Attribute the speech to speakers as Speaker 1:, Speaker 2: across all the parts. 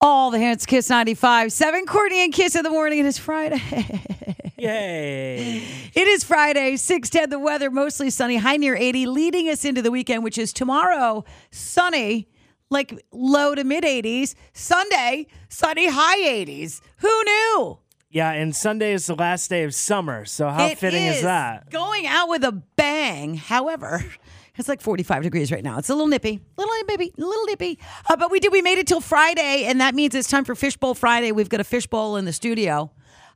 Speaker 1: All the hits, Kiss 95, 7 Courtney and Kiss in the morning. It is Friday.
Speaker 2: Yay.
Speaker 1: It is Friday, 610. The weather mostly sunny, high near 80, leading us into the weekend, which is tomorrow, sunny, like low to mid 80s. Sunday, sunny, high 80s. Who knew?
Speaker 2: Yeah, and Sunday is the last day of summer, so how
Speaker 1: It
Speaker 2: fitting is, that?
Speaker 1: Going out with a bang. However, it's like 45 degrees right now. It's a little nippy, little nippy, little nippy. Uh, but we did. We made it till Friday, and that means it's time for Fishbowl Friday. We've got a fishbowl in the studio.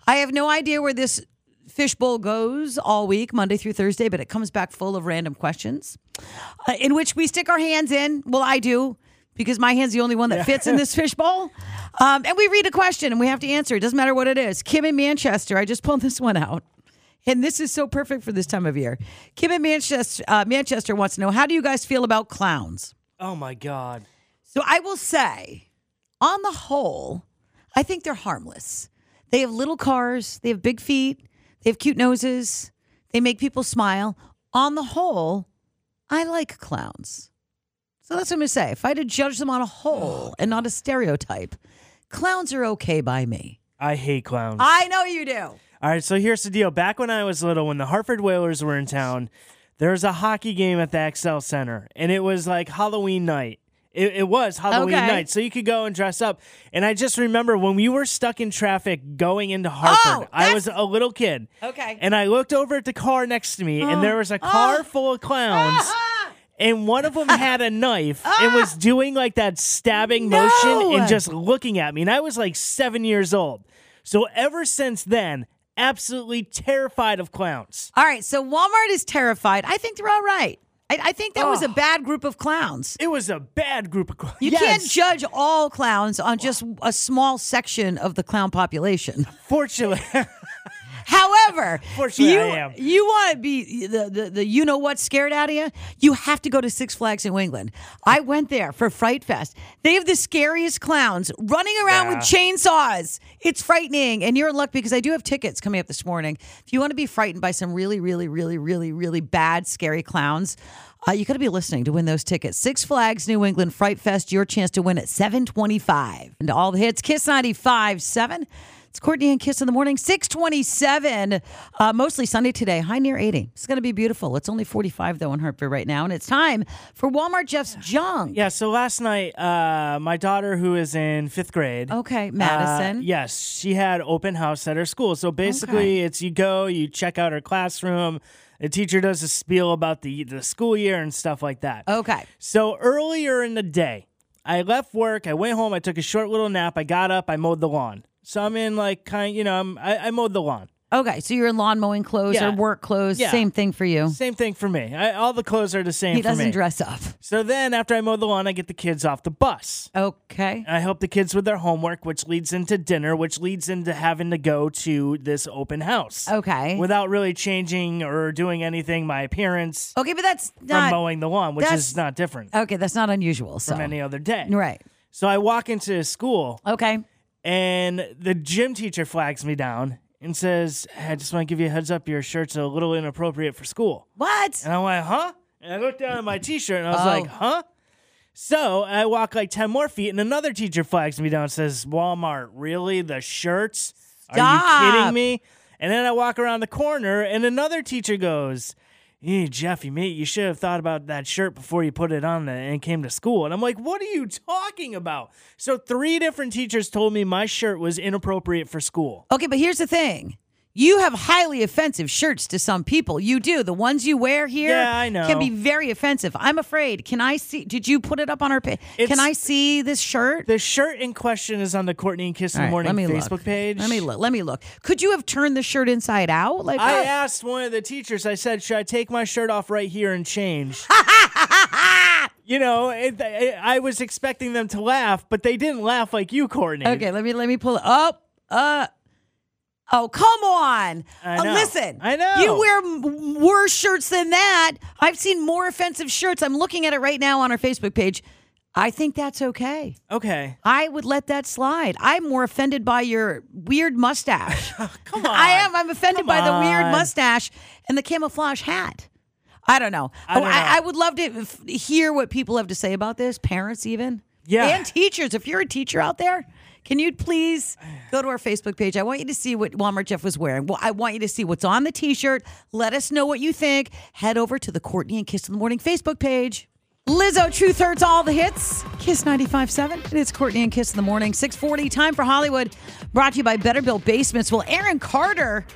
Speaker 1: I have no idea where this fishbowl goes all week, Monday through Thursday, but it comes back full of random questions, uh, in which we stick our hands in. Well, I do. Because my hand's the only one that fits in this fishbowl. Um, and we read a question and we have to answer. It doesn't matter what it is. Kim in Manchester, I just pulled this one out. And this is so perfect for this time of year. Kim in Manchester, uh, Manchester wants to know how do you guys feel about clowns?
Speaker 2: Oh my god.
Speaker 1: So I will say, on the whole, I think they're harmless. They have little cars, they have big feet, they have cute noses, they make people smile. On the whole, I like clowns. So that's what I'm going to say. If I had to judge them on a whole and not a stereotype, clowns are okay by me.
Speaker 2: I hate clowns.
Speaker 1: I know you do.
Speaker 2: All right, so here's the deal. Back when I was little, when the Hartford Whalers were in town, there was a hockey game at the Excel Center, and it was like Halloween night. It, it was Halloween
Speaker 1: Okay.
Speaker 2: night, so you could go and dress up. And I just remember when we were stuck in traffic going into
Speaker 1: Oh,
Speaker 2: Hartford, I
Speaker 1: that's-
Speaker 2: was a little kid.
Speaker 1: Okay. Oh.
Speaker 2: And I looked over at the car next to me, and there was a car full of clowns. And one of them had a knife and was doing like that stabbing
Speaker 1: Ah! No!
Speaker 2: motion and just looking at me. And I was like seven years old. So ever since then, absolutely terrified of clowns.
Speaker 1: All right, so Walmart is terrified. I think they're all right. I, I think that was a bad group of clowns.
Speaker 2: It was a bad group of clowns.
Speaker 1: You can't judge all clowns on just a small section of the clown population.
Speaker 2: Fortunately,
Speaker 1: However,
Speaker 2: Fortunately,
Speaker 1: you,
Speaker 2: I am.
Speaker 1: you want to be the, the, the you know what scared out of you? You have to go to Six Flags in New England. I went there for Fright Fest. They have the scariest clowns running around with chainsaws. It's frightening. And you're in luck because I do have tickets coming up this morning. If you want to be frightened by some really, really, really, really, really bad, scary clowns, uh, you got to be listening to win those tickets. Six Flags New England Fright Fest, your chance to win at 725. And all the hits, Kiss 95 7. It's Courtney and Kiss in the morning, 627. Uh, mostly sunny today, high near 80. It's going to be beautiful. It's only 45, though, in Hartford right now. And it's time for Walmart Jeff's Junk.
Speaker 2: yeah. So last night, uh, my daughter, who is in fifth grade,
Speaker 1: Okay,
Speaker 2: Uh,
Speaker 1: Madison.
Speaker 2: yes, she had open house at her school. So basically, it's you go, you check out her classroom. The teacher does a spiel about the the school year and stuff like that.
Speaker 1: Okay.
Speaker 2: So earlier in the day, I left work. I went home. I took a short little nap. I got up. I mowed the lawn. So I'm in like kind, you know, I'm, I, I mowed the lawn.
Speaker 1: Okay. So you're in lawn mowing clothes
Speaker 2: Yeah.
Speaker 1: or work clothes.
Speaker 2: Yeah.
Speaker 1: Same thing for you.
Speaker 2: Same thing for me. I, all the clothes are the same.
Speaker 1: He
Speaker 2: for
Speaker 1: doesn't
Speaker 2: me.
Speaker 1: dress up.
Speaker 2: So then after I mowed the lawn, I get the kids off the bus.
Speaker 1: Okay.
Speaker 2: I help the kids with their homework, which leads into dinner, which leads into having to go to this open house.
Speaker 1: Okay.
Speaker 2: Without really changing or doing anything, my appearance
Speaker 1: okay, but that's
Speaker 2: from
Speaker 1: not.
Speaker 2: mowing the lawn, which
Speaker 1: that's-
Speaker 2: is not different
Speaker 1: Okay, that's not unusual. So.
Speaker 2: from any other day.
Speaker 1: Right.
Speaker 2: So I walk into school
Speaker 1: Okay.
Speaker 2: and the gym teacher flags me down and says, "Hey, I just want to give you a heads up, your shirt's a little inappropriate for school.
Speaker 1: What?
Speaker 2: And I'm like, huh? And I looked down at my t shirt and I was
Speaker 1: Oh.
Speaker 2: like, huh? So I walk like 10 more feet and another teacher flags me down and says, Walmart, really? The shirts? Are you
Speaker 1: Stop.
Speaker 2: kidding me? And then I walk around the corner and another teacher goes, Hey, Jeffy, mate, you should have thought about that shirt before you put it on and came to school. And I'm like, what are you talking about? So, three different teachers told me my shirt was inappropriate for school.
Speaker 1: Okay, but here's the thing. You have highly offensive shirts to some people. You do. The ones you wear here
Speaker 2: Yeah, I know.
Speaker 1: can be very offensive. I'm afraid. Can I see did you put it up on our page? Can
Speaker 2: It's-
Speaker 1: I see this shirt?
Speaker 2: The shirt in question is on the Courtney and Kiss in
Speaker 1: All
Speaker 2: the
Speaker 1: right,
Speaker 2: Morning
Speaker 1: let me
Speaker 2: Facebook
Speaker 1: look.
Speaker 2: page.
Speaker 1: Let me look. Let me look. Could you have turned the shirt inside out? Like oh,
Speaker 2: I
Speaker 1: what?
Speaker 2: asked one of the teachers, I said, Should I take my shirt off right here and change? You know, it, it, I was expecting them to laugh, but they didn't laugh like you, Courtney.
Speaker 1: Okay, let me let me pull it up. Uh Oh, come on.
Speaker 2: I
Speaker 1: Uh,
Speaker 2: know.
Speaker 1: listen.
Speaker 2: I know.
Speaker 1: You wear m- worse shirts than that. I've seen more offensive shirts. I'm looking at it right now on our Facebook page. I think that's okay.
Speaker 2: Okay.
Speaker 1: I would let that slide. I'm more offended by your weird mustache.
Speaker 2: Oh, Come on.
Speaker 1: I am. I'm offended
Speaker 2: Come
Speaker 1: by the weird
Speaker 2: on.
Speaker 1: mustache and the camouflage hat. I don't know.
Speaker 2: I don't
Speaker 1: Oh,
Speaker 2: know.
Speaker 1: I, I would love to f- hear what people have to say about this, parents even.
Speaker 2: Yeah.
Speaker 1: And teachers. If you're a teacher out there, can you please go to our Facebook page? I want you to see what Walmart Jeff was wearing. Well, I want you to see what's on the t shirt. Let us know what you think. Head over to the Courtney and Kiss in the Morning Facebook page. Lizzo, Truth Hurts, all the hits. Kiss 95.7. It's Courtney and Kiss in the Morning. 640, time for Hollywood. Brought to you by Better Built Basements. Well, Aaron Carter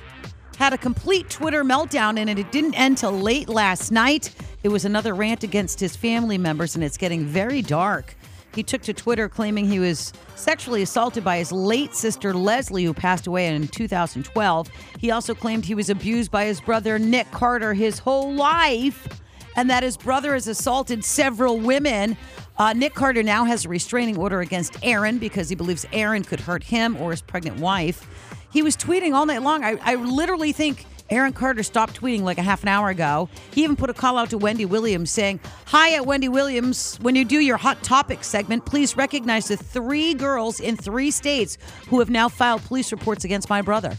Speaker 1: had a complete Twitter meltdown, and it didn't end till late last night. It was another rant against his family members, and it's getting very dark. He took to Twitter claiming he was sexually assaulted by his late sister Leslie, who passed away in 2012. He also claimed he was abused by his brother Nick Carter his whole life and that his brother has assaulted several women. Uh, Nick Carter now has a restraining order against Aaron because he believes Aaron could hurt him or his pregnant wife. He was tweeting all night long. I, I literally think Aaron Carter stopped tweeting like a half an hour ago. He even put a call out to Wendy Williams saying, Hi at Wendy Williams. When you do your Hot Topics segment, please recognize the three girls in three states who have now filed police reports against my brother.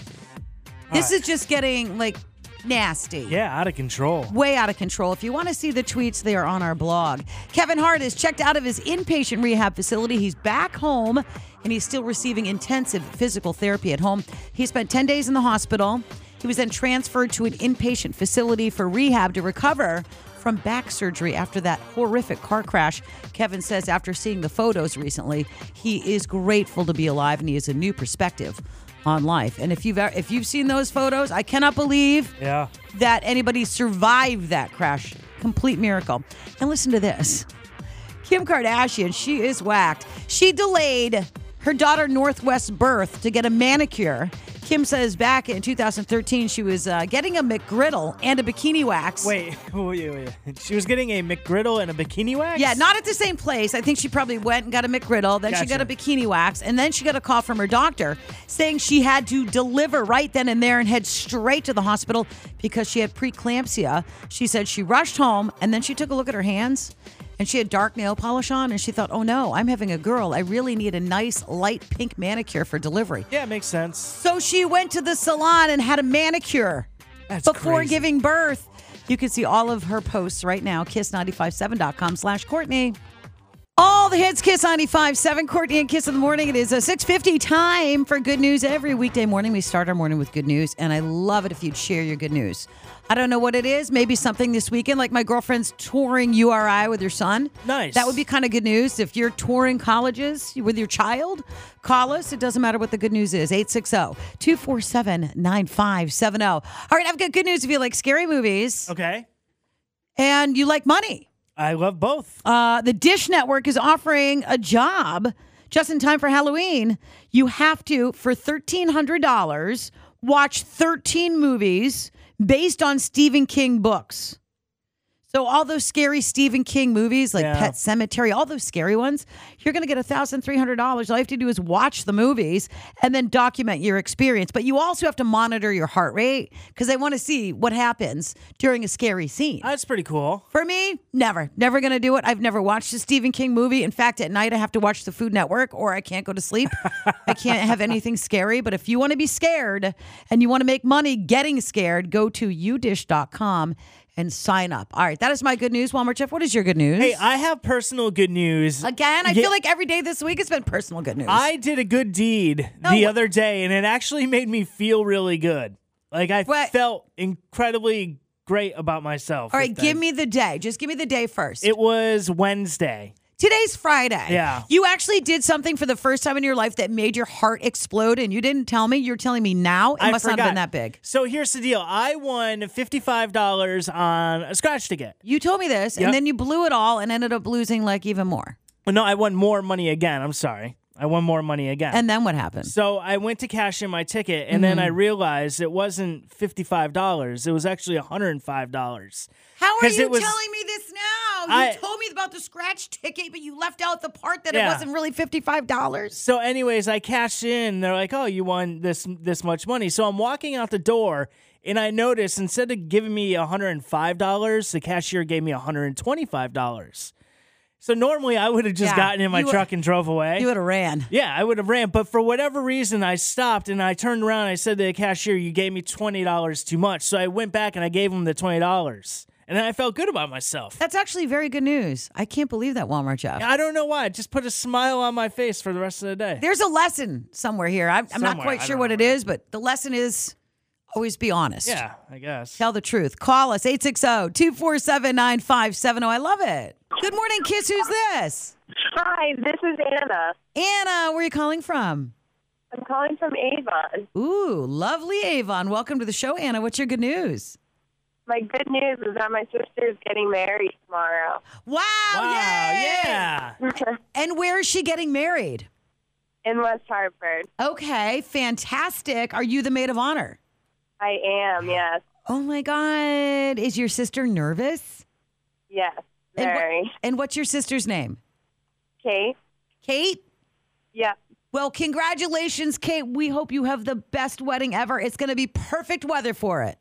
Speaker 1: This is just getting like nasty
Speaker 2: Yeah, out of control.
Speaker 1: way out of control. If you want to see the tweets, they are on our blog. Kevin Hart is checked out of his inpatient rehab facility. He's back home and he's still receiving intensive physical therapy at home. He spent 10 days in the hospital. He was then transferred to an inpatient facility for rehab to recover from back surgery after that horrific car crash. Kevin says after seeing the photos recently, he is grateful to be alive and he has a new perspective on life. And if you've if you've seen those photos, I cannot believe
Speaker 2: Yeah.
Speaker 1: that anybody survived that crash. Complete miracle. And listen to this Kim Kardashian, she is whacked. She delayed her daughter Northwest's birth to get a manicure. Kim says back in 2013, she was uh, getting a McGriddle and a bikini wax.
Speaker 2: Wait, wait, wait, wait. She was getting a McGriddle and a bikini wax?
Speaker 1: Yeah, not at the same place. I think she probably went and got a McGriddle, then she got a
Speaker 2: Gotcha.
Speaker 1: bikini wax, and then she got a call from her doctor saying she had to deliver right then and there and head straight to the hospital because she had preeclampsia. She said she rushed home and then she took a look at her hands and she had dark nail polish on and she thought, "Oh no, I'm having a girl. I really need a nice light pink manicure for delivery."
Speaker 2: Yeah, makes sense.
Speaker 1: So she went to the salon and had a manicure
Speaker 2: That's
Speaker 1: before
Speaker 2: crazy.
Speaker 1: giving birth. You can see all of her posts right now, kiss957.com slash Courtney. All the hits, Kiss 95.7, Courtney and Kiss in the Morning. It is a 6.50 time for good news. Every weekday morning, we start our morning with good news, and I love it if you'd share your good news. I don't know what it is. Maybe something this weekend, like my girlfriend's touring URI with her son.
Speaker 2: Nice.
Speaker 1: That would be kind of good news. If you're touring colleges with your child, call us. It doesn't matter what the good news is. oh, 860-247-9570. oh. All right, I've got good news if you like scary movies
Speaker 2: Okay.
Speaker 1: and you like money.
Speaker 2: I love both.
Speaker 1: Uh, the Dish Network is offering a job just in time for Halloween. You have to, for $1,300, watch 13 movies based on Stephen King books. So, all those scary Stephen King movies like
Speaker 2: Yeah.
Speaker 1: Pet Cemetery, all those scary ones, you're going to get $1,300. All you have to do is watch the movies and then document your experience. But you also have to monitor your heart rate because they want to see what happens during a scary scene.
Speaker 2: That's pretty cool.
Speaker 1: For me, never, never gonna do it. I've never watched a Stephen King movie. In fact, at night I have to watch the Food Network or I can't go to sleep. I can't have anything scary. But if you wanna be scared and you wanna make money getting scared, go to udish.com and sign up. All right, that is my good news. Walmart Jeff, what is your good news?
Speaker 2: Hey, I have personal good news.
Speaker 1: Again, I
Speaker 2: Yeah.
Speaker 1: feel like every day this week has been personal good news.
Speaker 2: I did a good deed the other day, and it actually made me feel really good. Like I
Speaker 1: What?
Speaker 2: felt incredibly great about myself.
Speaker 1: All
Speaker 2: with
Speaker 1: right, give
Speaker 2: that.
Speaker 1: me the day. Just give me the day first.
Speaker 2: It was Wednesday.
Speaker 1: Today's Friday.
Speaker 2: Yeah.
Speaker 1: You actually did something for the first time in your life that made your heart explode, and you didn't tell me. You're telling me now. It
Speaker 2: I
Speaker 1: must
Speaker 2: forgot.
Speaker 1: not have been that big.
Speaker 2: So here's the deal. I won fifty five dollars on a scratch ticket.
Speaker 1: You told me this,
Speaker 2: Yep.
Speaker 1: and then you blew it all and ended up losing like even more.
Speaker 2: No, I won more money again. I'm sorry. I won more money again.
Speaker 1: And Mm-hmm. then what happened?
Speaker 2: So I went to cash in my ticket, and then I realized it wasn't fifty-five dollars. It was actually hundred-and-five dollars.
Speaker 1: How are
Speaker 2: 'Cause
Speaker 1: you
Speaker 2: it was-
Speaker 1: telling me this now? You
Speaker 2: I-
Speaker 1: told me about the scratch ticket, but you left out the part that it
Speaker 2: Yeah.
Speaker 1: wasn't really fifty-five dollars.
Speaker 2: So, anyways, I cashed in. They're like, "Oh, you won this this much money." So I'm walking out the door, and I notice instead of giving me $105, the cashier gave me $125. So normally I would have just
Speaker 1: Yeah.
Speaker 2: gotten in my
Speaker 1: You would-
Speaker 2: truck and drove away.
Speaker 1: You would have ran.
Speaker 2: Yeah, I would have ran, but for whatever reason, I stopped and I turned around. And I said to the cashier, "You gave me twenty dollars too much." So I went back and I gave him the twenty dollars, and then I felt good about myself.
Speaker 1: That's actually very good news. I can't believe that Walmart Jeff.
Speaker 2: I don't know why. It just put a smile on my face for the rest of the day.
Speaker 1: There's a lesson somewhere here. I'm, I'm not
Speaker 2: Somewhere,
Speaker 1: quite
Speaker 2: I
Speaker 1: sure
Speaker 2: don't
Speaker 1: what
Speaker 2: know
Speaker 1: it is, but the lesson is always be honest.
Speaker 2: yeah, I guess.
Speaker 1: Tell the truth. Call us 860-247-9570. I love it. Good morning, Kiss. Who's this?
Speaker 3: Hi, this is Anna.
Speaker 1: Anna, where are you calling from?
Speaker 3: I'm calling from Avon.
Speaker 1: Ooh, lovely Avon. Welcome to the show, Anna. What's your good news?
Speaker 3: My good news is that my sister's getting married tomorrow.
Speaker 1: Wow,
Speaker 2: Wow!
Speaker 1: yay!
Speaker 2: Yeah.
Speaker 1: And where is she getting married?
Speaker 3: In West Hartford.
Speaker 1: Okay, fantastic. Are you the maid of honor?
Speaker 3: I am, yes.
Speaker 1: Oh my God. Is your sister nervous?
Speaker 3: Yes.
Speaker 1: And what-
Speaker 3: Very.
Speaker 1: And what's your sister's name?
Speaker 3: Kate?
Speaker 1: Kate?
Speaker 3: Yep.
Speaker 1: Well, congratulations, Kate. We hope you have the best wedding ever. It's going to be perfect weather for it.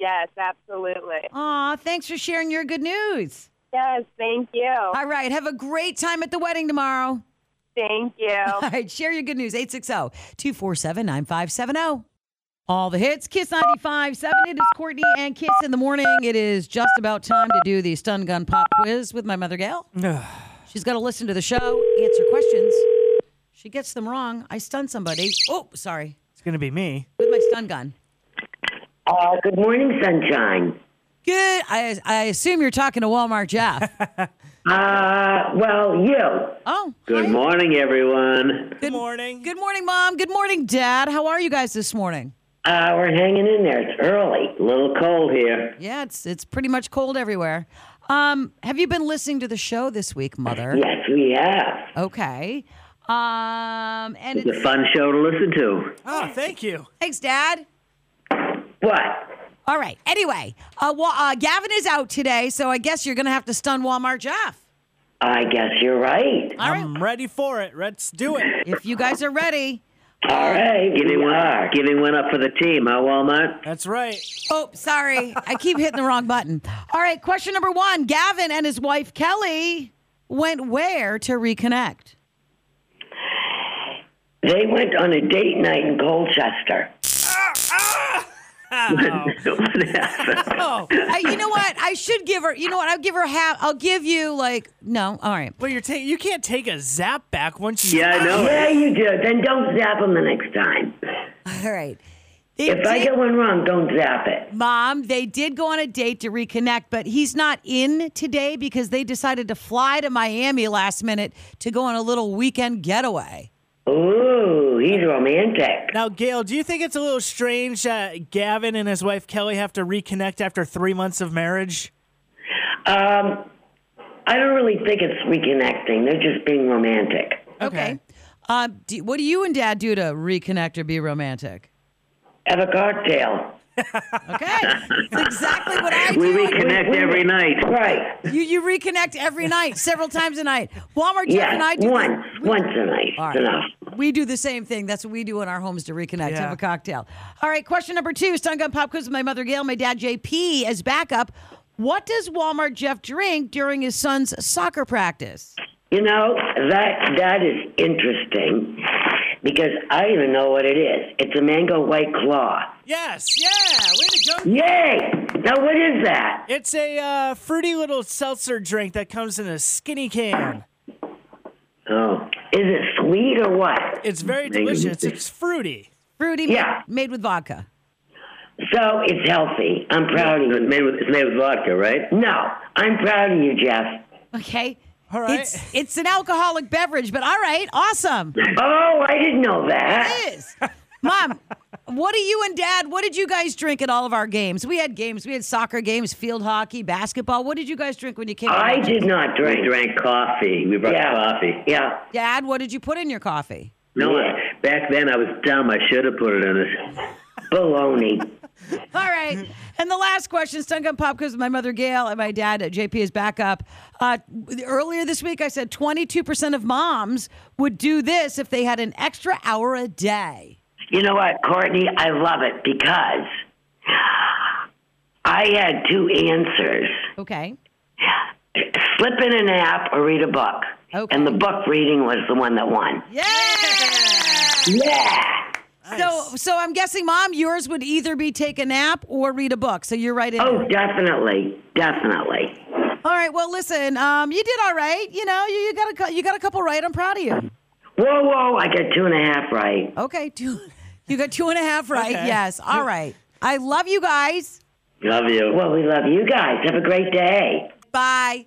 Speaker 3: Yes, absolutely.
Speaker 1: Aw, thanks for sharing your good news.
Speaker 3: Yes, thank you.
Speaker 1: All right, have a great time at the wedding tomorrow.
Speaker 3: Thank you.
Speaker 1: All right, share your good news. 860 247 9570. All the hits, Kiss 95.7. It is Courtney and Kiss in the morning. It is just about time to do the stun gun pop quiz with my mother, Gail. She's got to listen to the show, answer questions. She gets them wrong. I stun somebody. Oh, sorry.
Speaker 2: It's gonna be me.
Speaker 1: With my stun gun.
Speaker 4: Uh, good morning, sunshine.
Speaker 1: Good. I, I assume you're talking to Walmart Jeff.
Speaker 4: Uh, well, you.
Speaker 1: Oh,
Speaker 4: Good
Speaker 1: hi.
Speaker 4: morning, everyone.
Speaker 2: Good morning.
Speaker 1: Good morning, Mom. Good morning, Dad. How are you guys this morning?
Speaker 4: Uh, we're hanging in there. It's early, a little cold here.
Speaker 1: Yeah, it's it's pretty much cold everywhere. Um, have you been listening to the show this week, Mother?
Speaker 4: Yes, we have.
Speaker 1: Okay. Um, and
Speaker 4: It's a
Speaker 1: it's,
Speaker 4: fun show to listen to.
Speaker 2: Oh, thank you.
Speaker 1: thanks, Dad.
Speaker 4: What?
Speaker 1: All right. Anyway, uh, well, uh, Gavin is out today, so I guess you're gonna have to stun Walmart Jeff.
Speaker 4: I guess you're right.
Speaker 1: All right.
Speaker 2: I'm ready for it. Let's do it.
Speaker 1: If you guys are ready.
Speaker 4: All right, giving one, giving one up for the team, huh, Walmart?
Speaker 2: That's right.
Speaker 1: Oh, sorry. I keep hitting the wrong button. All right, question number one. Gavin and his wife Kelly went where to reconnect?
Speaker 4: They went on a date night in Colchester. What happened?
Speaker 2: Oh,
Speaker 1: I, you know what? I should give her. You know what? I'll give her half. I'll give you like no. All right.
Speaker 2: well, you're ta- you can't take a zap back once you.
Speaker 4: yeah, I know. Yeah, you do. Then don't zap them the next time.
Speaker 1: All right. They
Speaker 4: If I
Speaker 1: did-
Speaker 4: get one wrong, don't zap it.
Speaker 1: Mom, they did go on a date to reconnect, but he's not in today because they decided to fly to Miami last minute to go on a little weekend getaway.
Speaker 4: Ooh, he's romantic.
Speaker 2: Now, Gail, do you think it's a little strange that Gavin and his wife Kelly have to reconnect after three months of marriage?
Speaker 4: Um, I don't really think it's reconnecting. They're just being romantic.
Speaker 2: Okay.
Speaker 1: Uh, do, what do you and Dad do to reconnect or be romantic?
Speaker 4: Have a cocktail.
Speaker 1: Okay, that's exactly what I do.
Speaker 4: We reconnect every night. Right.
Speaker 1: You you reconnect every night, several times a night. Walmart Jeff and I
Speaker 4: Yeah,
Speaker 1: do the-
Speaker 4: once. Once a night.
Speaker 1: All right.
Speaker 4: Enough.
Speaker 1: We do the same thing. That's what we do in our homes to reconnect,
Speaker 2: Yeah.
Speaker 1: have a cocktail. All right, question number two Stun Gun Pop Quiz with my mother, Gail, my dad, JP, as backup. What does Walmart Jeff drink during his son's soccer practice?
Speaker 4: You know, that that is interesting because I don't even know what it is. It's a mango white claw.
Speaker 2: Yes. Yeah. Way to go.
Speaker 4: Yay! Now, what is that?
Speaker 2: It's a uh, fruity little seltzer drink that comes in a skinny can.
Speaker 4: Oh, is it sweet or what?
Speaker 2: It's very delicious. It's fruity.
Speaker 1: Fruity, ma-
Speaker 4: Yeah.
Speaker 1: made with vodka.
Speaker 4: So it's healthy. I'm proud of you. It's made, with, it's made with vodka, right? No, I'm proud of you, Jeff.
Speaker 1: Okay.
Speaker 2: All right.
Speaker 1: It's, it's an alcoholic beverage, but all right, awesome.
Speaker 4: Oh, I didn't know that.
Speaker 1: It is. Mom, What do you and Dad? What did you guys drink at all of our games? We had games. We had soccer games, field hockey, basketball. What did you guys drink when you came?
Speaker 4: I
Speaker 1: home?
Speaker 4: did not
Speaker 5: We
Speaker 4: drink.
Speaker 5: drank coffee. We brought
Speaker 4: Yeah.
Speaker 5: coffee.
Speaker 4: Yeah.
Speaker 1: Dad, what did you put in your coffee?
Speaker 5: No,
Speaker 4: Yeah.
Speaker 5: I- back then I was dumb. I should have put it in a
Speaker 4: Baloney.
Speaker 1: All right. And the last question, Stun Gun Pop, because my mother Gail and my dad JP is back up. Uh, earlier this week, I said 22% of moms would do this if they had an extra hour a day.
Speaker 4: You know what, Courtney? I love it because I had two answers
Speaker 1: Okay.
Speaker 4: slip in a nap or read a book.
Speaker 1: Okay.
Speaker 4: And the book reading was the one that won.
Speaker 1: Yeah.
Speaker 4: Yeah.
Speaker 1: So, so I'm guessing, Mom, yours would either be take a nap or read a book. So you're right in.
Speaker 4: Oh,
Speaker 1: there.
Speaker 4: definitely. Definitely.
Speaker 1: All right. Well, listen, um, you did all right. You know, you, you got a cou- you got a couple right. I'm proud of you.
Speaker 4: Whoa, whoa. I got two and a half right.
Speaker 1: Okay, two. You got two and a half right. Yes. All right. I love you guys.
Speaker 5: Love you.
Speaker 4: Well, we love you guys. Have a great day.
Speaker 1: Bye.